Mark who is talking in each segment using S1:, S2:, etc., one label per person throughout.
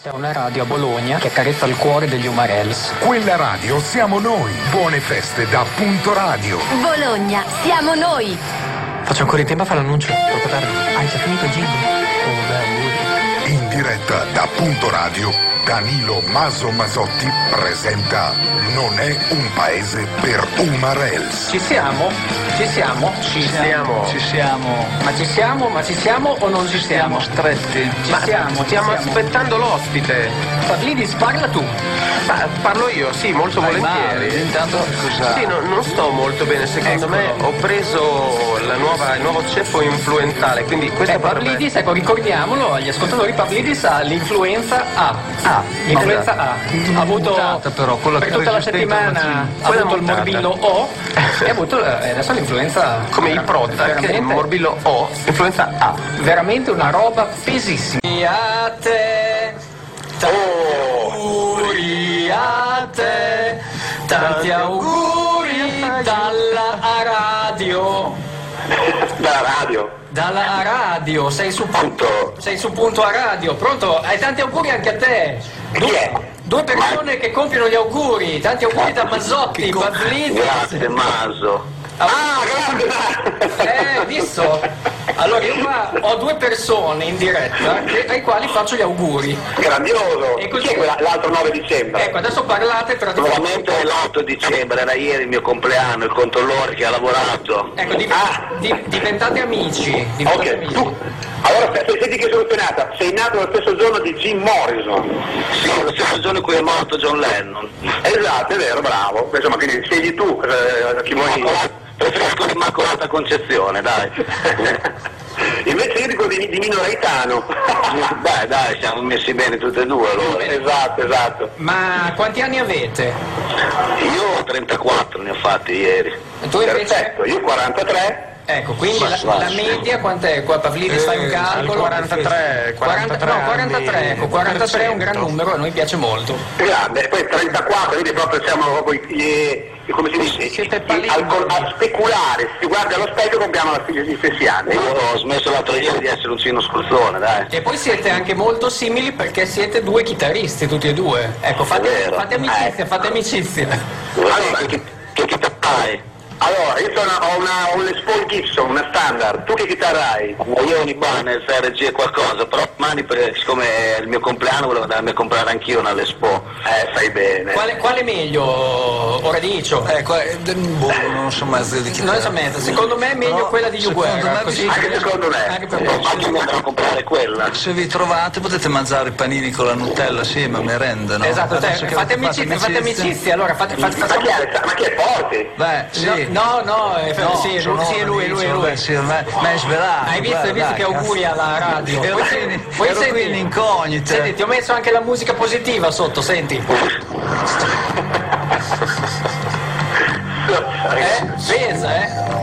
S1: C'è una radio a Bologna che carezza il cuore degli Umarells.
S2: Quella radio siamo noi. Buone feste da Punto Radio.
S3: Bologna, siamo noi!
S1: Faccio ancora in tempo a fare l'annuncio. Troppo tardi. Hai già finito il giro? Oh, beh,
S2: In diretta da Punto Radio, Danilo Maso Masotti presenta Non è un paese per Umarels.
S1: Ci siamo? Ci siamo? Ci
S4: siamo. Ci siamo.
S1: Ma ci siamo? Ma ci siamo o non ci siamo?
S4: Siamo stretti.
S1: Ci siamo, ci
S5: Stiamo
S1: siamo.
S5: aspettando l'ospite.
S1: Pavlidis, parla tu.
S5: Ma parlo io, sì, molto
S4: Dai, Mauro,
S5: volentieri.
S4: intanto cosa?
S5: Sì, no- non sto molto bene, secondo me ho preso la nuova- il nuovo ceppo influenzale, quindi questa
S1: Beh,
S5: potrebbe-
S1: Pavlidis, ecco, ricordiamolo agli ascoltatori, Pavlidis ha l'influenza A. A. L'influenza A. Ha avuto
S4: Mutata però, quella
S1: per
S4: che
S1: tutta la
S4: resistente al
S1: settimana
S4: vaccino.
S1: ha
S5: Quella
S1: avuto il
S5: mutata.
S1: morbillo O e ha avuto eh, adesso l'influenza
S5: come il Prozac, il
S1: veramente-
S5: morbillo O, influenza A.
S1: veramente una roba pesissima. A te, auguri a te, tanti auguri dalla radio.
S6: La radio,
S1: Dalla radio, sei su punto, sei su punto a radio, pronto? Hai tanti auguri anche a te.
S6: Chi è?
S1: due persone che compiono gli auguri, tanti auguri da Mazzotti, Pavlini.
S6: grazie Maso.
S1: Ah, Eh, visto? Allora io qua ho due persone in diretta che- ai quali faccio gli auguri.
S6: Grandioso.
S1: E così-
S6: Chi è quella- l'altro 9 dicembre?
S1: Ecco, adesso parlate per
S6: Veramente è l'8 dicembre, era ieri il mio compleanno, il controllore che ha lavorato.
S1: Ecco, div-
S6: ah,
S1: di- diventate amici. Diventate
S6: ok,
S1: amici.
S6: tu. Allora, se- se- senti che nata sei nato lo stesso giorno di Jim Morrison. Sì, lo stesso giorno in cui è morto John Lennon. Esatto, è vero, bravo. Insomma, quindi scegli tu eh, chi vuoi. Preferisco l'Immacolata Concezione, dai. Invece io dico di, di Mino Gaetano. Beh, dai, siamo messi bene tutti e due allora. Esatto, esatto.
S1: Ma quanti anni avete?
S6: Io ho 34, ne ho fatti ieri.
S1: E tu invece?
S6: Perfetto, io 43.
S1: Ecco, quindi
S6: Ma
S1: la,
S6: sbaglio.
S1: la media quant'è? Qua Pavlidis fai un calcolo.
S4: 43,
S1: 40 no, 43, ecco, 43 è un gran numero, a noi piace molto.
S6: Grande, poi 34, quindi proprio siamo proprio i- i- come si dice?
S1: Siete
S6: i-
S1: palesi.
S6: al col- a speculare, se si guarda allo specchio compiamo la- gli stessi anni. Io ho smesso l'altro ieri di essere un cino scorzone, dai.
S1: E poi siete anche molto simili perché siete due chitarristi, tutti e due. Ecco, fate,
S6: Vero.
S1: fate amicizia,
S6: Eh.
S1: fate amicizia.
S6: Allora, che, chitarra hai? Allora, io sono, ho, una, ho un Les Paul Gibson, una standard, tu che chitarra hai? Io ho un Ibanez RG qualcosa, però mani siccome è il mio compleanno volevo andarmi a comprare anch'io una Les Paul. Eh, fai bene.
S1: Quale, quale meglio, Oradicio?
S4: Ecco, eh, boh, non so mai di chi.
S1: Non lo so, mezzo. secondo me è meglio
S4: Però,
S1: quella di
S4: secondo
S1: Uguerra.
S4: me
S1: Così
S4: vi-
S6: Anche secondo me.
S1: Anche per
S6: Eh,
S1: me.
S6: anche io andrò a comprare quella.
S4: Se vi trovate potete mangiare i panini con la Nutella assieme, merenda, no?
S1: Esatto, cioè,
S4: Adesso che
S1: fate
S4: avete fatto
S1: amicizia, fate amicizia, allora fate, fate,
S6: Ma
S1: facciamo-
S6: chi è, ma chi è forte?
S4: Beh, sì.
S1: No, no, eh,
S4: No,
S1: sì,
S4: sono
S1: lui, sì, lui,
S4: amici,
S1: lui, lui.
S4: vabbè, sì, ormai- ma è svelato.
S1: Hai visto, hai visto che auguri alla radio?
S4: Ero,
S1: Poi
S4: qui
S1: se-
S4: in-
S1: poi
S4: ero qui
S1: senti-
S4: in incognita.
S1: Senti, ti ho messo anche la musica positiva sotto, senti. Eh, pesa, eh.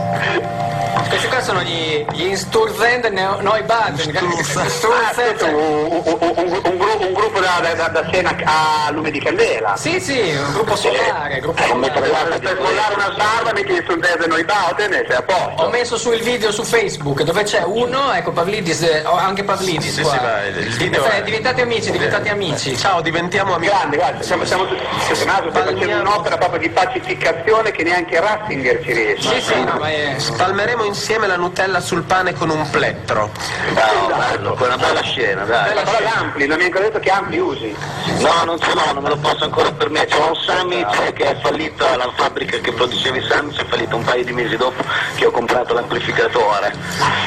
S1: Questi qua sono gli, gli Insturzend Neubaden.
S4: Sturz-
S6: Ah, questo è
S1: Sturzend.
S6: un, un- un- un gru- un gruppo da, da- da- da cena a lume di candela.
S1: Sì, sì, un gruppo solare, gruppo
S6: Eh,
S1: solare.
S6: guarda, per mollare una barba metti il sundese noi bautene, sei a posto.
S1: Ho messo su il video su Facebook dove c'è uno, ecco Pavlidis, eh, oh, anche Pavlidis
S5: Sì,
S1: qua.
S5: sì, vai, il video
S1: Cioè,
S5: è-
S1: diventate amici, diventate amici.
S5: Ciao, diventiamo amici.
S6: Grande, guarda, siamo, siamo tutti siamo facendo un'opera proprio di pacificazione che neanche Ratzinger ci riesce.
S1: Sì, sì, no, ma è...
S5: Spalmeremo insieme la Nutella sul pane con un plettro.
S6: Bravo, bello, una bella scena, dai. Ma però l'ampli, non mi hai ancora detto che ampli usi. No, non ce l'ho, non me lo posso ancora permettere. Ho un sandwich che è fallita, la fabbrica che produceva i sandwich è fallita un paio di mesi dopo che ho comprato l'amplificatore.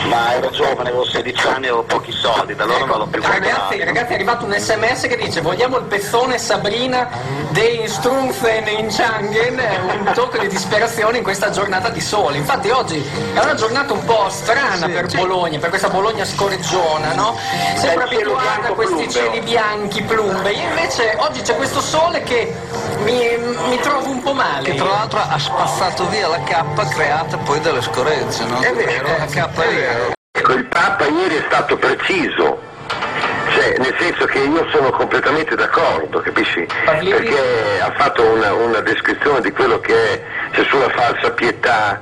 S6: Ma ero giovane, avevo 16 anni e avevo pochi soldi, da allora non l'ho più comprato.
S1: Ecco, Ragazzi, ragazzi, è arrivato un sms che dice vogliamo il pezzone Sabrina dei Strunfen in Changen, è un tocco di disperazione in questa giornata di sole. Infatti oggi è una giornata un po' strana per Bologna, per questa Bologna scorreggiona, no? Sempre
S6: Dal cielo
S1: abituata a
S6: bianco oh.
S1: questi
S6: plumbeo.
S1: cieli bianchi plumbei, invece oggi c'è questo sole che mi, mi trovo un po' male.
S4: Che tra l'altro ha spazzato via la cappa creata poi dalle scoregge, no?
S1: È vero,
S4: la cappa lì.
S7: Ecco, il Papa ieri è stato preciso, cioè nel senso che io sono completamente d'accordo, capisci?
S1: Pavlini?
S7: Perché ha fatto una, una descrizione di quello che è, cioè sulla falsa pietà,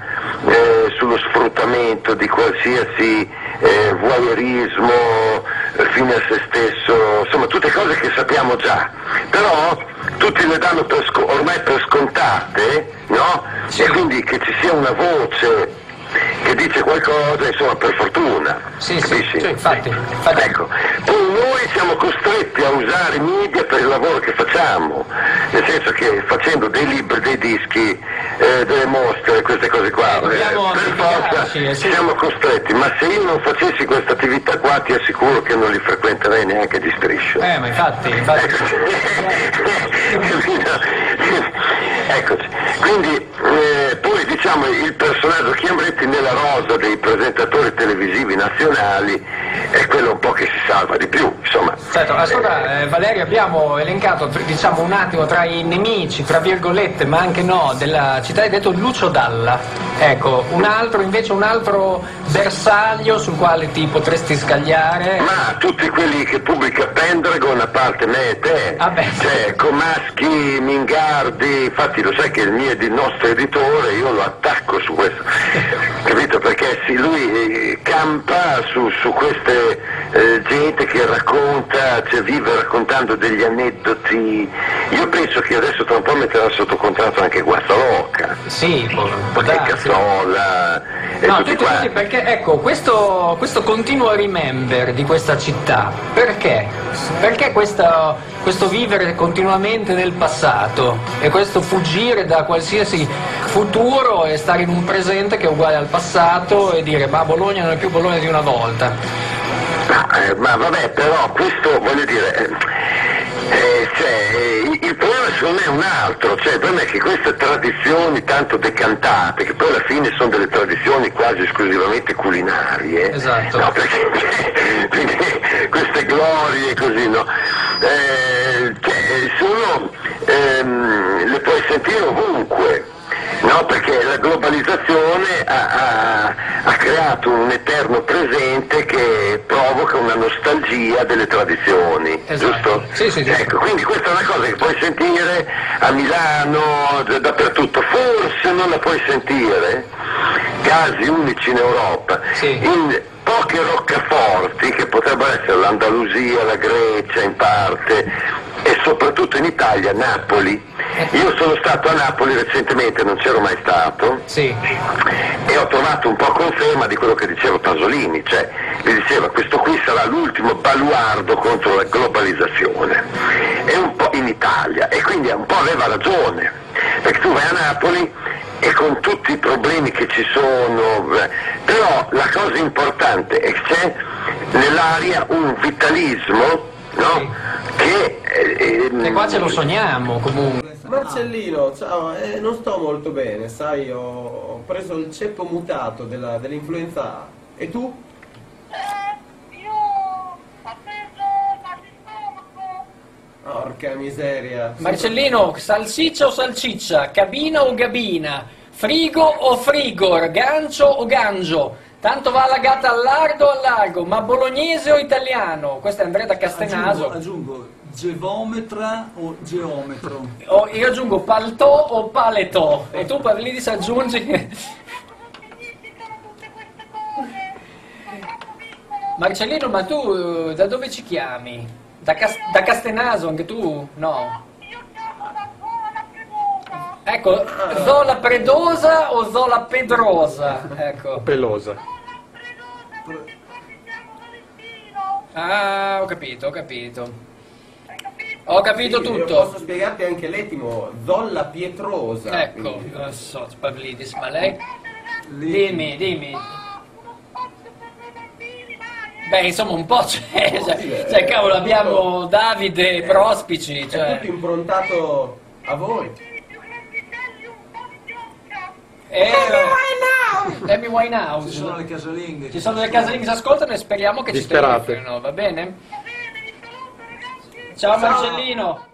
S7: eh, sullo sfruttamento di qualsiasi eh, voyeurismo,
S6: fine a se stesso, insomma tutte cose che sappiamo già, però tutti le danno per sco- ormai per scontate, no? E quindi che ci sia una voce che dice qualcosa, insomma per fortuna,
S1: Sì, sì,
S6: capisci?
S1: sì, infatti, infatti.
S6: Ecco, poi noi siamo costretti a usare i media per il lavoro che facciamo, nel senso che facendo dei libri, dei dischi, eh, delle mostre, queste cose qua, eh,
S1: dobbiamo
S6: per
S1: amplificarci, eh,
S6: forza
S1: sì.
S6: siamo costretti, ma se io non facessi questa attività qua ti assicuro che non li frequenterei neanche di striscio.
S1: Eh, ma infatti, infatti.
S6: Capito? Eccoci, Ecco, quindi eh, poi diciamo il personaggio Chiambretti nella rosa dei presentatori televisivi nazionali è quello un po' che si salva di più, insomma.
S1: Certo, ascolta eh, Valerio, abbiamo elencato tr- diciamo un attimo tra i nemici, tra virgolette, ma anche no, della città, hai detto Lucio Dalla. Ecco, un altro invece un altro bersaglio sul quale ti potresti scagliare.
S6: Ma tutti quelli che pubblica Pendragon, a parte me e te,
S1: Ah, beh.
S6: cioè Comaschi, Mingardi, infatti lo sai che il mio ed- il nostro editore, io lo attacco su questo, capito? Perché sì, lui eh, campa su, su queste eh, gente che racconta, cioè vive raccontando degli aneddoti. Io penso che adesso tra un po' metterà sotto contratto anche Guazzaloca,
S1: Sì, può- può
S6: perché
S1: darsi.
S6: Cazzola e
S1: No, tutti,
S6: tutti
S1: tutti
S6: quanti.
S1: perché ecco, questo, questo continuo remember di questa città, perché? Perché questa- questo vivere continuamente nel passato e questo fuggire da qualsiasi futuro e stare in un presente che è uguale al passato e dire ma Bologna non è più Bologna di una volta?
S6: No, eh, ma vabbè, però questo voglio dire, eh, eh, cioè, eh, il problema secondo me è un altro, cioè il problema è che queste tradizioni tanto decantate, che poi alla fine sono delle tradizioni quasi esclusivamente culinarie,
S1: Esatto.
S6: no, perché, perché queste glorie così, no? eh, cioè, sono, ehm, le puoi sentire ovunque. No, perché la globalizzazione ha, ha- ha creato un eterno presente che provoca una nostalgia delle tradizioni,
S1: Esatto.
S6: giusto?
S1: Sì, sì, giusto.
S6: Ecco, quindi questa è una cosa che puoi sentire a Milano, d- dappertutto, forse non la puoi sentire, casi unici in Europa,
S1: Sì.
S6: in poche roccaforti che potrebbero essere l'Andalusia, la Grecia in parte e soprattutto in Italia Napoli. Io sono stato a Napoli recentemente, non c'ero mai stato,
S1: Sì,
S6: e ho trovato un po' conferma di quello che diceva Pasolini, cioè gli diceva questo qui sarà l'ultimo baluardo contro la globalizzazione, è un po' in Italia e quindi un po' aveva ragione, perché tu vai a Napoli e con tutti i problemi che ci sono, eh, però la cosa importante è che c'è nell'aria un vitalismo, no? Che eh,
S1: e qua
S6: ehm,
S1: ce lo sogniamo comunque.
S8: Marcellino, ciao, eh, non sto molto bene, sai, ho, ho preso il ceppo mutato della- dell'influenza A. E tu?
S9: Eh, Io ho preso la di stomaco.
S8: Porca miseria.
S10: Marcellino, salsiccia o salciccia, cabina o gabina, frigo o frigor, gancio o gangio, tanto va la gatta al largo o al largo, ma bolognese o italiano? Questo è Andrea da
S11: Aggiungo,
S10: Castenaso.
S11: aggiungo gevometra o geometro?
S10: O Oh, io aggiungo paltò o paletò, e tu Pavlidis aggiungi...
S9: Cosa significano tutte queste cose? Non capisco.
S10: Marcellino, ma tu eh, da dove ci chiami? Da, Cas- da Castenaso anche tu? No.
S9: Io chiamo da sola, premuta.
S10: Ecco, Zola Predosa o Zola Pedrosa? Ecco.
S9: Sono premuta, perché non siamo un vicino.
S10: Ah, ho capito, ho capito.
S9: Hai capito?
S10: Ho
S8: Io
S10: capito tutto.
S8: Posso spiegarti anche l'ettimo, zolla pietrosa.
S10: Ecco,
S8: quindi.
S10: non so, Pavlidis, ma lei...
S11: Lì.
S10: Dimmi, dimmi.
S9: Ah, uno spazio per dei bambini, dai.
S10: Beh, insomma, un po' c'è. Cioè, cioè, cavolo, abbiamo Davide Prospici,
S8: Eh, È
S10: cioè...
S8: tutto improntato a voi.
S9: Di un venticelli un po' di bocca.
S10: Eh, Amy Winehouse.
S11: Ci sono le casalinghe.
S10: Ci sono delle casalinghe che ci ascoltano e speriamo che ci telefonino, va bene? Ciao Marcellino!